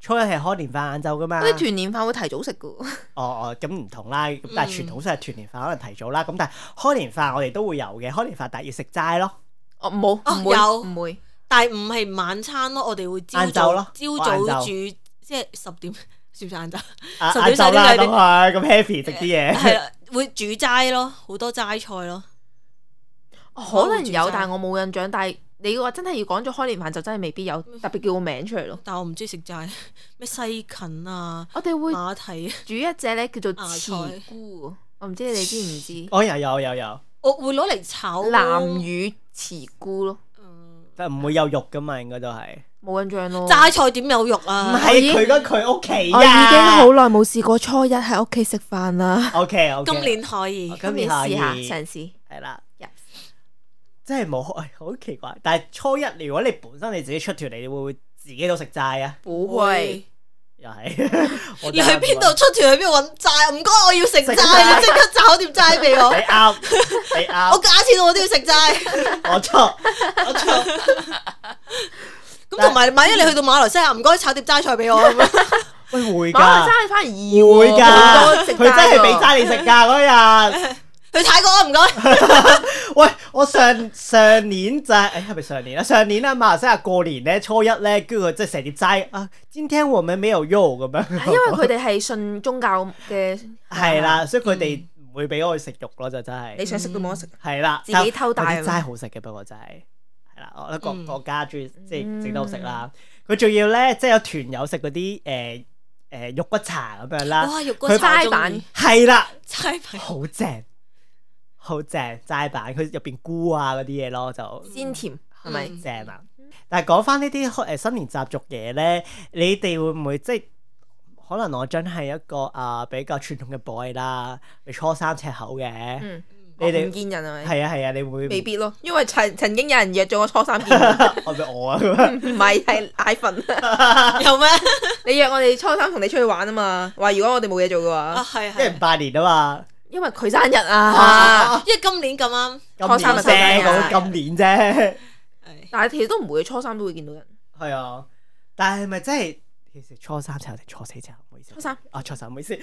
S1: 初一係開年飯晏晝噶嘛。
S2: 嗰啲團年飯會提早食噶，
S1: 哦哦，咁唔同啦，咁但係傳統上係團年飯可能提早啦，咁但係開年飯我哋都會有嘅，開年飯但係要食齋咯，
S2: 哦冇，
S3: 哦
S2: 唔會
S3: 有
S2: 唔會，
S3: 但係唔係晚餐咯，我哋會朝
S1: 晏晝
S3: 早
S1: 咯
S3: 朝
S1: 我晏
S3: 早
S1: 晝
S3: 煮，即係十點 (laughs) 算唔算晏晝？
S1: 啊
S3: 十點
S1: 晏晝啦
S3: 上
S1: 咁
S3: 啲
S1: 啊，咁 happy 食啲嘢，
S3: 係啦，會煮齋咯，好多齋菜咯。
S2: 哦可能
S3: 可能
S2: 有
S3: 住，宅
S2: 但係我冇印象。但係你話真係要講咗開年飯，就真係未必有特別叫個名出嚟咯。
S3: 但我唔中意食齋，咩西芹啊、
S2: 我哋會
S3: 馬蹄啊，
S2: 煮一隻咧叫做
S3: 芽菜
S2: 茨菇，我唔知你哋知唔知？
S1: 我有有有有，
S3: (laughs) 我會攞嚟炒
S2: 南
S3: 咯
S2: 乳茨菇咯，
S3: 嗯
S1: 但唔會有肉噶嘛，應該都係，
S2: 冇印象 (laughs) 咯。
S3: 齋菜點有肉
S1: 唔
S3: 啊？
S2: 我
S1: 係
S2: 已經
S1: 佢嗰佢屋企
S2: 我已經好
S1: 啊
S2: 耐冇試過初一喺屋企食飯啦。
S1: ，OK OK，
S3: 今年可以，
S1: 我今
S2: 今
S1: 年
S2: 年
S1: 可以
S2: 試下嘗試，
S1: 係啦
S2: Yes，
S1: 真係冇開，好奇怪，但係初一如果你本身你自己出團，你會唔會自己都食齋啊？
S2: 不
S3: 會
S2: 會。
S1: 又 (laughs) 係，我
S3: 你去
S1: 真係
S3: 邊
S1: 唔
S3: 度出團去邊度揾齋？唔該，我要食
S1: 食
S3: 齋，
S1: 齋
S3: 你即刻炒碟齋俾
S1: (laughs)
S3: 我
S1: 你。啱，你
S2: (laughs)
S3: 我
S1: 啱，
S3: 假設我都要食齋，
S1: 我錯，我錯。
S3: 咁同埋萬一你去到馬來西亞，唔該炒碟齋菜
S1: (laughs)
S3: 俾我。咁樣
S1: 喂，會
S2: 馬來
S1: 㗎
S2: 西，亞反而要
S1: 會
S2: 喎好
S1: 㗎
S2: 多，食
S1: 佢真
S2: 齋
S1: 係俾
S2: 喎
S1: 齋你食㗎嗰日。 (laughs)
S3: 去泰國啊，唔該。
S1: 喂，我上上年就係，誒係咪上年啊？上年啊，馬來西亞過年咧，初一咧，跟住佢即係成碟齋啊，今天我們沒有肉咁
S2: 啊因為
S1: 樣。
S2: 佢哋係信宗教嘅，
S1: (laughs) 係啦，所以佢哋唔會俾我去食肉咯，就真
S2: 嗯你
S1: 係。
S2: 想食都冇得食。
S1: 係啦，
S2: 自己偷帶
S1: 但嗰啲
S2: 啊
S1: 齋好食嘅，不過真係。係啦，我覺得各
S3: 嗯
S1: 國家中意即
S2: 嗯
S1: 係整得好食啦。佢仲要咧，即係有團友食嗰啲誒誒肉骨茶咁樣啦。
S3: 哇，肉骨
S1: 佢
S3: 茶
S2: 齋版
S3: 鍾 (laughs) 意
S1: 係啦，
S3: 齋版
S1: 好正，好正齋版，佢入邊菇啊嗰啲嘢咯，就
S2: 鮮甜係咪？
S3: 嗯
S1: 正啊！但係講翻呢啲誒新年習俗嘢咧，你哋會唔會即係可能我真係一個啊、比較傳統嘅 boy 啦，你初三赤口嘅，
S2: 嗯，
S1: 你哋
S2: 我唔見人係咪？
S1: 係啊係啊，你會
S2: 未必咯，因為曾曾經有人約咗我初三見 (laughs) 面，
S1: 我咪我啊咁樣，
S2: 唔係係嗌 (laughs) 瞓。
S1: (laughs)
S3: 有咩？
S2: 你約我哋初三同你出去玩啊嘛，話如果我哋冇嘢做嘅
S3: 啊，
S2: 話，
S3: 係
S1: (laughs) 因為
S3: 係
S1: 唔。拜年啊嘛，
S2: 因為佢生日啊。
S3: 因為今年咁啱，
S1: (laughs) 今
S2: 初
S1: 年
S2: 三咪拜
S1: 啫，
S2: 年啊
S1: 講今年啫，
S3: 係
S2: 但係其實都唔會，初三都會見到人。
S1: 係啊，但係咪真係其實初三赤口定初四赤口？唔好意思，
S2: 初三
S1: 啊，錯晒，唔好意思，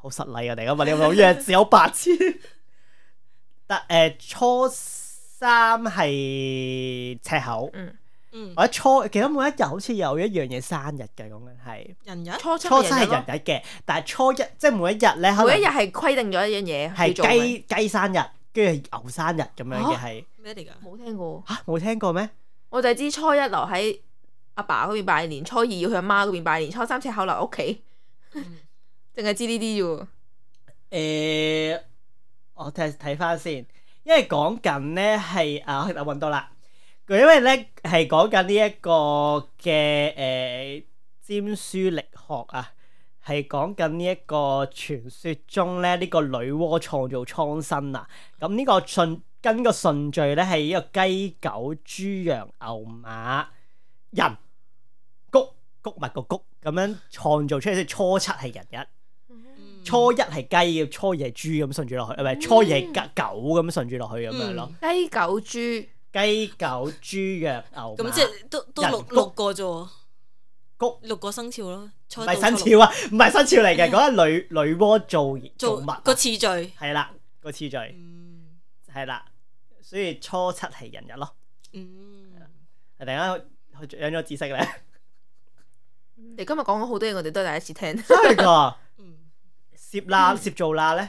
S1: 好失禮啊！突然間問你咁樣嘢，只有白痴。但誒、初三係赤口，
S2: 嗯
S3: 嗯，
S1: 我一初記得每一日好似有一樣嘢生日嘅，講緊係
S3: 人日
S2: 初七
S1: 啊初
S2: 咪
S1: 三係
S2: 人日
S1: 人
S2: 咯
S1: 日嘅，但係初一即係每一日咧，可
S2: 每
S1: 能
S2: 一日係規定咗一樣嘢
S1: 係
S2: 叫做咩
S1: 雞雞生日，跟住係牛生日咁樣嘅
S2: 啊
S1: 係
S3: 咩嚟噶？
S2: 冇聽過，
S1: 嚇冇聽過咩？
S2: 我就係知初一留喺阿爸嗰邊拜年，初二要去阿媽嗰邊拜年，初三赤口留屋企，
S3: 嗯
S2: (laughs) 淨係知呢啲啫喎。
S1: 誒、我睇睇翻先，因為講緊咧係啊，我揾到啦。佢因為咧係講緊呢一個嘅誒、尖書力學啊，係講緊呢一個傳說中咧呢、個女媧創造蒼生啊。咁呢個順跟個順序咧係呢個雞、狗、豬、羊、牛、馬、人、谷谷物個谷咁樣創造出嚟，即係初七係人日。
S3: 嗯
S1: 初一係雞嘅，初二係豬咁順住落去，唔係初二係雞狗咁順住落去咁樣
S3: 嗯
S1: 咯。
S2: 雞狗豬
S1: 雞狗豬羊啊牛
S3: 咁
S1: 馬
S3: 即係都都
S1: 人
S3: 六
S1: 谷
S3: 六個啫喎，
S1: 谷
S3: 六個生肖咯，
S1: 唔
S3: 初一到
S1: 係新
S3: 初六嗯
S1: 潮啊，唔係新潮嚟嘅，嗰係女女媧做做
S3: 做
S1: 物啊
S3: 個次序。
S1: 係啦個次序
S3: 嗯
S1: 係啦，所以初七係人日咯。
S3: 嗯，
S1: 突然間去養咗知識咧，
S2: 你今日講咗好多嘢，我哋都係第一次聽。 (laughs)
S1: 真係噶
S3: 嗯
S1: (laughs) 攝啦攝做啦咧，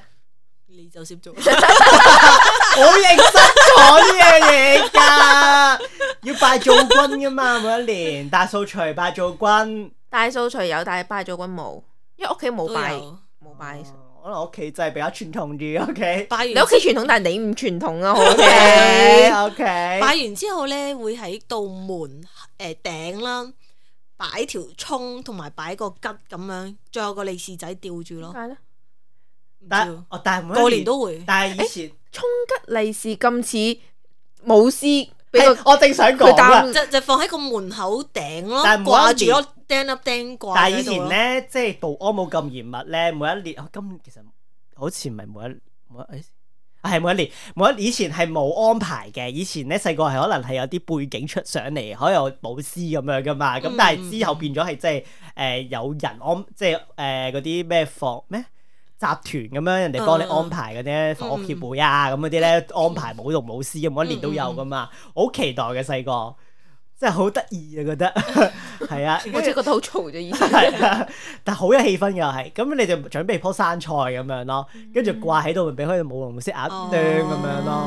S3: 你就攝做，
S1: 我認真講呢樣嘢㗎，要拜灶君㗎嘛，每一年大掃除拜灶君。
S2: 大掃除有，但係拜咗君冇，因為屋企冇
S3: 都
S2: 拜
S3: 有
S2: 冇拜。
S1: 哦可能屋企真係比較傳統啲，OK (laughs)
S3: 拜完
S2: 你屋企傳統，但係你唔傳統啊，好嘅
S1: OK。OK，哎
S3: 拜完之後咧，會喺道門誒頂啦，擺條葱同埋擺個桔咁樣，仲有個利是仔吊住
S2: 點
S1: 啊
S3: 咯。
S2: 解咧？
S3: 唔知
S1: 但
S3: 喎
S1: 哦但係每一
S3: 過年，都會，
S1: 但係以前
S2: 葱吉利是咁似舞獅，俾
S1: 係
S2: 個
S1: 我正想講啊
S2: 佢擔
S1: 啦，
S3: 就就放喺個門口頂咯，
S1: 但係冇
S3: 掛
S1: 一
S3: 住
S1: 年
S3: 咯，釘粒釘掛
S1: 但係
S3: 喺
S1: 以
S3: 度
S1: 前
S3: 咯。
S1: 咧即係保安冇咁嚴密咧，每一年哦今其實好似唔係每一每一。啊，係每一年，每一以前係冇安排嘅。以前咧細個係可能係有啲背景出上嚟，可能有舞獅咁樣噶嘛。咁
S3: 嗯
S1: 但係之後變咗係即係誒有人安，即係誒嗰啲咩房咩集團咁樣，人哋幫你
S3: 嗯
S1: 安排嗰啲房屋協會啊咁嗰啲咧安排舞同舞獅咁，每一年都有噶嘛。好期待嘅細個，真係好得意啊！覺得
S3: 嗯
S1: (laughs) 係啊，
S2: 我真係覺得好嘈啫，以前。
S1: 係啊，但好有氣氛㗎係，咁你就準備棵生菜咁樣咯，
S3: 嗯
S1: 跟住掛喺度，咪俾佢舞龍舞獅鴨
S3: 哦
S1: 啄咁樣咯，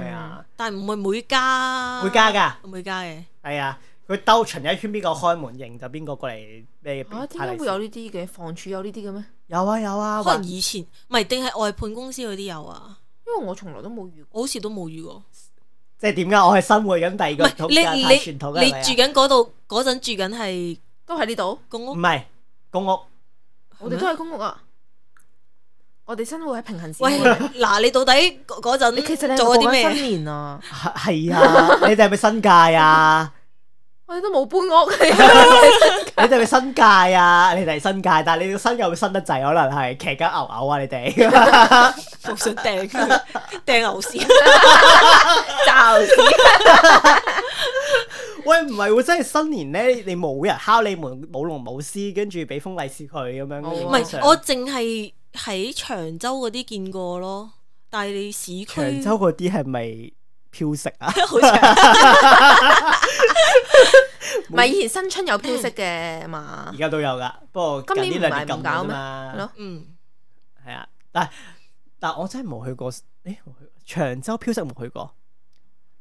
S1: 係啊，
S3: 但係唔會每家
S1: 會加㗎，
S3: 每家嘅，
S1: 係啊，佢兜巡一圈，邊個開門迎就邊個過嚟咩？
S2: 啊，點解會有呢啲嘅？房署有呢啲嘅咩？
S1: 有啊有啊，
S3: 可
S1: 或
S3: 能以前唔係定係外判公司嗰啲有啊，
S2: 因為我從來都冇遇過。
S3: 我好似都冇遇過。
S1: 即係點解我係生活緊第二
S3: 唔
S1: 個
S3: 係
S1: 土
S3: 你
S1: 家
S3: 你
S1: 傳統
S3: 你
S1: 嘅啊
S3: 住緊嗰度嗰陣住緊係
S2: 都喺呢度，
S3: 公
S1: 唔
S3: 屋，
S1: 係公屋， (laughs)
S2: 我哋都喺公屋啊。我哋生活喺平行線。
S1: 嗯
S3: 喂嗱你到底嗰嗰陣
S2: 你其實你係
S3: 做咗啲
S2: 過緊
S3: 咩？
S2: 新年啊？
S1: 係啊，你哋係咪新界
S3: (laughs)
S1: 啊？
S2: 我哋都冇搬屋， (laughs)
S1: 你哋係咪新界啊？你哋係新界，但係你哋新界會新得滯，可能係騎緊牛牛啊！你哋
S3: 我想掟
S1: (laughs)
S3: 掟牛屎，
S2: 罩屎
S1: 喂唔係喎，真係新年咧，你冇人敲你門，舞龍舞獅，跟住俾封利是佢咁樣。
S2: 哦
S3: 唔
S1: 唔
S3: 係我淨係喺長洲嗰啲見過咯，但係你市區
S1: 長洲嗰啲係咪飄色
S2: (laughs)
S1: 啊？
S3: 好似
S2: 唔係以前新春有飄色嘅嘛
S1: 而？家都有噶，不過
S2: 今年
S1: 近呢兩年
S2: 唔
S1: 禁咗
S2: 係唔搞
S1: 啫
S2: 咩
S1: 嘛
S2: 係。咯，
S3: 嗯
S1: 係啊，但係但我真係冇去過，誒冇去過長洲飄色冇去過，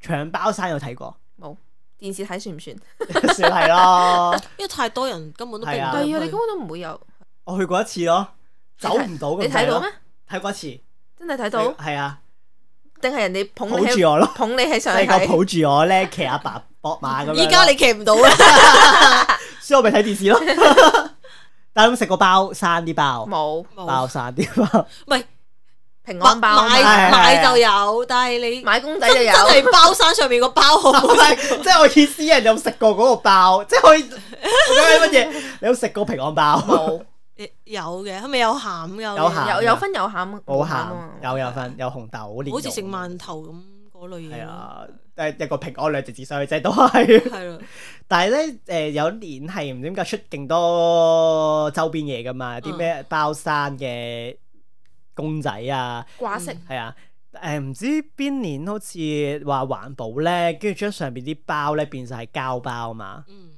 S1: 長包山有睇過， (laughs)
S2: 冇電視睇算唔算？
S1: 算係咯。
S3: 因為太多人根本都避唔
S1: 係啊
S2: 係啊，你根
S3: 到去。
S2: 本都唔會有。
S1: 我去過一次咯，走唔到咁
S2: 你睇
S1: 滯
S2: 到
S1: 咯
S2: 咩？？
S1: 睇過一次，
S2: 真係睇到，
S1: 係啊，
S2: 定係人哋捧你
S1: 抱住
S2: 喺 (laughs)
S1: 我咯，
S2: 捧你喺上
S1: 細
S2: 嚟
S1: 個
S2: 睇？
S1: 抱住我咧，騎阿爸博馬咁樣咯。
S3: 依家你騎唔到啊啦，
S1: 所以我咪睇電視咯。但係咁食過包生啲包，
S2: 冇
S1: 包生啲包，
S3: 唔係
S2: 平
S3: 買
S2: 安包啊嘛，
S1: 係係
S3: 買
S1: 係
S3: 買就有，但係你
S2: 買公仔
S3: 真
S2: 就有
S3: 真。係包山上面個包好
S1: (laughs)
S3: 唔好食？
S1: 即係我意思，人有食過嗰個包，即係可以我講緊乜嘢？你有食過平安包？
S2: 冇
S3: 誒有嘅，係咪有鹹㗎？
S1: 有鹹
S2: 有有分有
S1: (laughs)
S2: 餡，
S1: 冇鹹，
S2: 啊嘛
S1: 有有份，有紅豆，蓮蓉
S3: 好似食饅頭咁嗰類嘢
S1: 係
S3: 咯，
S1: 啊，誒一個平安兩隻字上去啫，都係。 (laughs)
S3: 係咯，
S1: 但係咧，誒有年係唔知點解出勁多周邊嘢噶嘛，啲咩包山嘅公仔啊。
S2: 掛式
S1: 係啊，誒、誒唔知邊年好似話環保咧，跟住將上邊啲包咧變晒膠包嘛， (laughs)
S3: 嗯，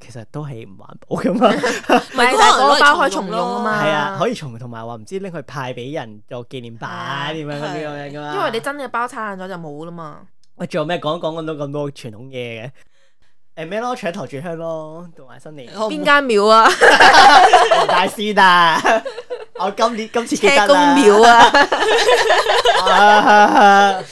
S1: 其實都係唔環保噶
S2: (laughs)
S1: 嘛，
S3: 唔
S2: 但係嗰個包可以重用啊嘛
S1: 係啊，可以重同埋話唔知拎去派俾人做紀念版點樣嗰啲咁樣噶嘛。
S2: 因為你真嘅包拆爛咗就冇啦嘛。
S1: 喂，仲有咩講講講到咁多傳統嘢嘅？誒咩咯，搶頭炷香咯，同埋新年
S3: 我唔
S2: 邊間廟啊？ (laughs)
S1: 大師啦， (laughs) 我今年今次記得
S2: 車公
S1: 啦。
S2: 廟啊？
S1: (laughs)
S2: 嗯
S1: 啊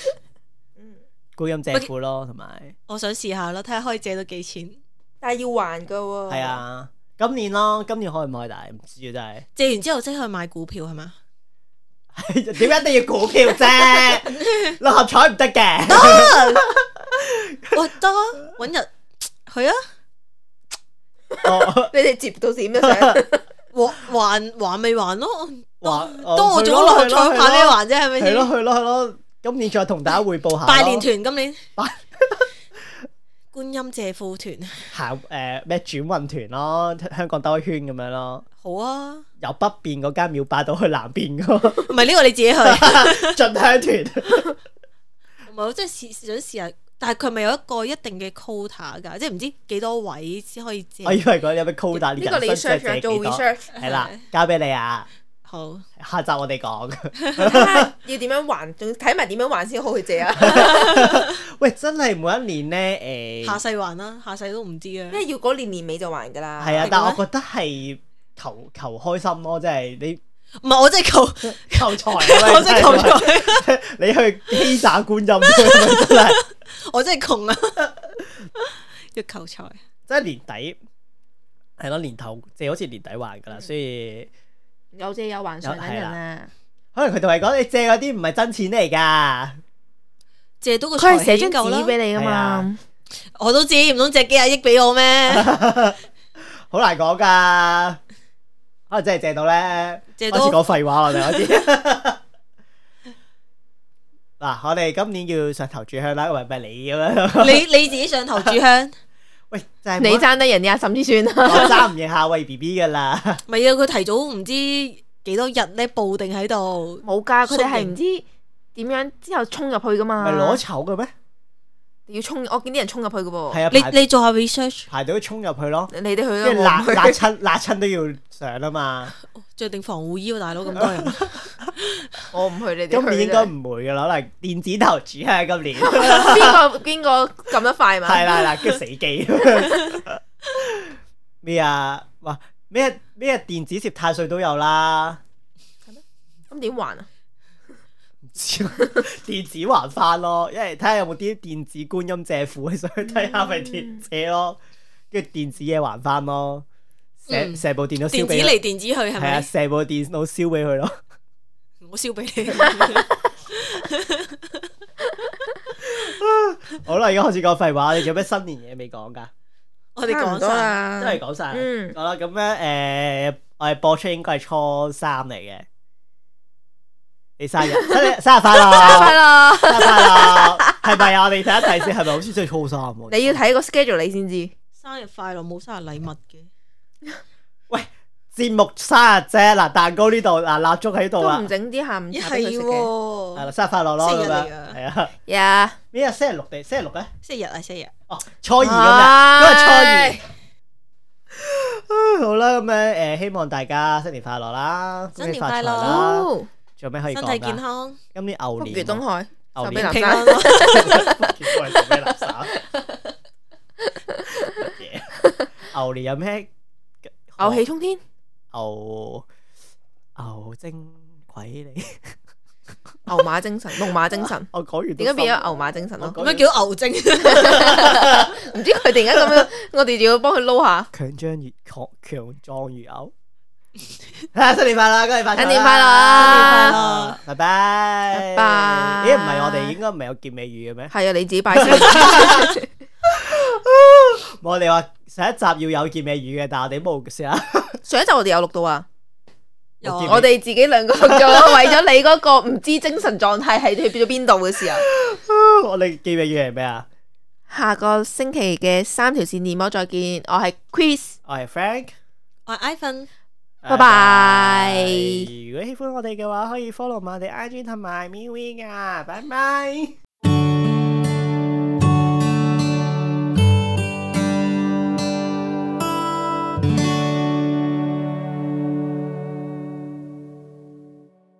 S1: 觀音借庫咯，同埋
S3: 我想試下咯，睇下可以借到幾錢。
S2: (laughs) 但係要還噶喎。
S1: 係。啊，今年咯，今年開唔開大唔知啊，
S3: 借完之後即去買股票係 (laughs) 嘛？
S1: 真係 (laughs) 點解一定要股票啫？ (laughs) 六合彩唔得嘅，
S3: (laughs) 哇，
S1: (laughs)
S3: 得啊，揾日去啊，哦
S1: (laughs) 我
S2: 你哋接到點都想。 (laughs)
S3: 還還還未還咯？
S1: 話
S3: 當我做咗六合彩，怕咩？還啫？係咪
S1: 係咯
S3: 先？
S1: 係咯係咯，今年再同大家匯報下咯
S3: 拜年團今年
S1: 拜，
S3: 觀音借庫團
S1: 行誒咩轉運團咯，香港兜一圈咁樣咯，
S3: 好啊，
S1: 由北邊嗰間廟拜到去南邊嗰個 (laughs)
S3: 唔係呢個你自己去，唔
S1: 進香團。
S3: (laughs) 係我真係試想試下，但係佢咪有一個一定嘅 quota 㗎，即係唔知幾多位先可以借
S1: 我。以為嗰啲有咩 quota，
S2: 呢個你
S1: 人生
S2: search
S1: 即係
S2: 啊
S1: 幾
S2: 做
S1: 多？
S2: (laughs) research
S1: 係啦，交俾你啊，
S3: 好，
S1: 下集我哋講。 (laughs)
S2: 睇下要點樣還，仲睇埋點樣還先好去借啊！ (laughs)
S1: 喂，真係每一年咧，
S3: 下
S1: 誒，
S3: 世還啦，下世都唔知啊
S2: 因。為要嗰年年尾就還㗎啦。
S1: 係啊
S3: 係，
S1: 但
S3: 咁
S1: 我
S3: 咩
S1: 覺得係求求開心咯，即係
S3: (laughs)
S1: 你
S3: 唔係我真係求，
S1: 求財啊，
S3: (laughs) 我真係求
S1: 財，
S3: 財，
S1: 你去欺詐觀
S3: (laughs)
S1: 音，真係
S3: 我真係窮啊，要求財。
S1: 真係年底係咯，年頭即係好似年底還㗎
S3: 嗯
S1: 啦，所以。
S2: 有借有還上緊人啊！
S1: 可能佢同你講，你借嗰啲唔係真錢嚟㗎，
S3: 借到個
S2: 佢
S3: 財
S2: 係寫
S3: 氣已經
S2: 張
S3: 夠
S2: 紙
S3: 啦，
S2: 俾你㗎
S1: 係
S2: 嘛
S1: 啊，
S3: 我都知，唔通借幾廿億俾
S1: (laughs)
S3: 我咩？
S1: 好難講㗎。可能真係借到咧，
S3: 借
S1: 開始
S3: 到
S1: 講廢話我哋開始。
S3: (laughs)
S1: 嗱，我哋今年要上頭柱香啦，喂，唔係你咁樣，
S3: 你你自己上頭炷香，
S1: 喂，就係
S2: 你
S1: 冇
S2: 爭得人哋阿嬸先算
S1: 我
S2: 啦。
S1: 爭唔贏下喂 B B 㗎啦，
S3: 咪要佢提早唔知幾多日咧報定喺
S2: (laughs)
S3: 度，
S2: 冇㗎，佢哋係
S3: 縮形
S2: 唔知點樣之後衝入去㗎嘛。
S3: 啊
S1: 咪攞籌嘅咩？
S2: 要衝，我見啲人衝入去嘅噃。
S1: 係啊，
S3: 哦你
S1: 排
S3: 你做下 research，
S1: 排隊衝入去咯，
S2: 你哋去啦，
S1: 跟住辣
S2: 我唔去
S1: 辣親辣親都要上啊
S3: (laughs)
S1: 嘛。
S3: 着定防護衣喎，大佬咁
S1: (laughs)
S3: 多人，
S2: 我唔去，你哋
S1: 今年應該
S2: 去啦
S1: 唔會㗎啦，可能電子頭柱香今
S3: (laughs)
S1: 年。 (laughs)
S2: 邊個邊個撳得快嘛？
S1: 系啦，嗱，跟住死機 (laughs) 咩啊？哇！咩咩電子攝太歲都有啦， (laughs)
S2: 咁點還啊？
S1: 唔知啊電子還翻咯，因為睇下有冇啲電子觀音借庫，想睇下咪電借咯，跟住電子嘢還翻咯，
S3: 嗯
S1: 成成部電腦燒
S3: 電子
S1: 俾
S3: 嚟
S1: 佢，
S3: 電子去係
S1: 係啊，
S3: 咪？
S1: 成部電腦燒俾佢咯。
S3: 我燒
S1: (laughs)
S3: 俾你，
S1: 好啦，而家開始講廢話，你仲有咩新年嘢未講㗎？
S3: 我哋
S2: 差
S3: 講
S2: 唔多
S3: 晒，
S2: 啦
S1: 真係講晒啦，
S2: 嗯
S1: 好啦，咁咧誒，我哋播出應該係初三嚟嘅，你
S2: (laughs)
S1: 生日，生日生日快
S2: 快
S1: 樂，
S2: 啦！
S1: 生日快樂，係咪啊？我哋睇一睇先，係咪好似真係初三喎？
S2: 你要睇個 schedule 你先知。
S3: 生日快樂冇生日禮物嘅，
S1: 喂節目生日啫，嗱蛋糕呢度，嗱蠟燭喺度
S2: 都
S1: 啦
S2: 唔，整啲下午
S3: 咦
S2: 茶俾佢
S3: 係
S2: 食
S1: 係啦，
S2: 嘅。
S3: 喎，
S1: 生日快樂咯，
S3: 星期
S1: 咁
S3: 日
S1: 樣
S3: 嚟㗎
S1: 係啊，
S2: 呀，
S1: 咩啊？星期六定星期六咧？
S3: 星期日啊星期日，
S1: 哦，初二咁樣，
S2: 唉
S1: 因為初二。好啦，咁樣誒，希望大家新年快樂啦，恭喜發財啦，
S2: 哦，
S1: 仲有咩可以
S3: 身
S1: 講
S3: 體健
S1: 㗎？
S3: 康，
S1: 今年牛
S2: 福
S1: 年
S2: 如
S1: 喎
S2: 東海，
S1: 牛
S2: 壽比
S1: 年
S2: 南
S3: (laughs) 平
S2: 山
S3: 安。 (laughs) 咯，
S1: 結果係做咩垃圾？牛年有咩？
S2: 牛氣沖天，
S1: 牛牛精鬼你！
S2: 牛馬精神， (laughs) 龍馬精神。
S1: 我講完
S2: 點解
S1: 咗
S2: 變咗牛馬精神咯？
S3: 咁樣叫牛精，
S2: 唔知佢突然間咁樣， (laughs) 我哋就要幫佢撈下。
S1: 強將如強強壯如牛？ (laughs) 啊！新年快樂，恭喜發財啦！
S2: 新年快
S3: 樂
S1: 拜拜！
S2: 拜拜
S1: 咦，唔係我哋應該唔係有結尾語嘅咩？
S2: 係啊，你自己拜 (laughs) 先。
S1: 我哋話上一集要有結尾語嘅，但係我哋冇先啊。
S2: 上一集我哋有錄到啊。
S3: (laughs) 又
S1: 我見
S2: 我哋自己兩個錄 (laughs) 咗，為咗你嗰個唔知精神狀態係去咗邊度嘅時候，
S1: (laughs) 我哋結尾語係咩啊？
S2: 下個星期嘅三條線電魔再見，我係 Chris，
S1: 我係 Frank，
S3: 我係 Ivan。
S1: 誒、
S2: 拜拜
S1: 如果喜歡我哋嘅話，可以 follow 埋我哋 IG 同埋 MeWe 噶，拜拜。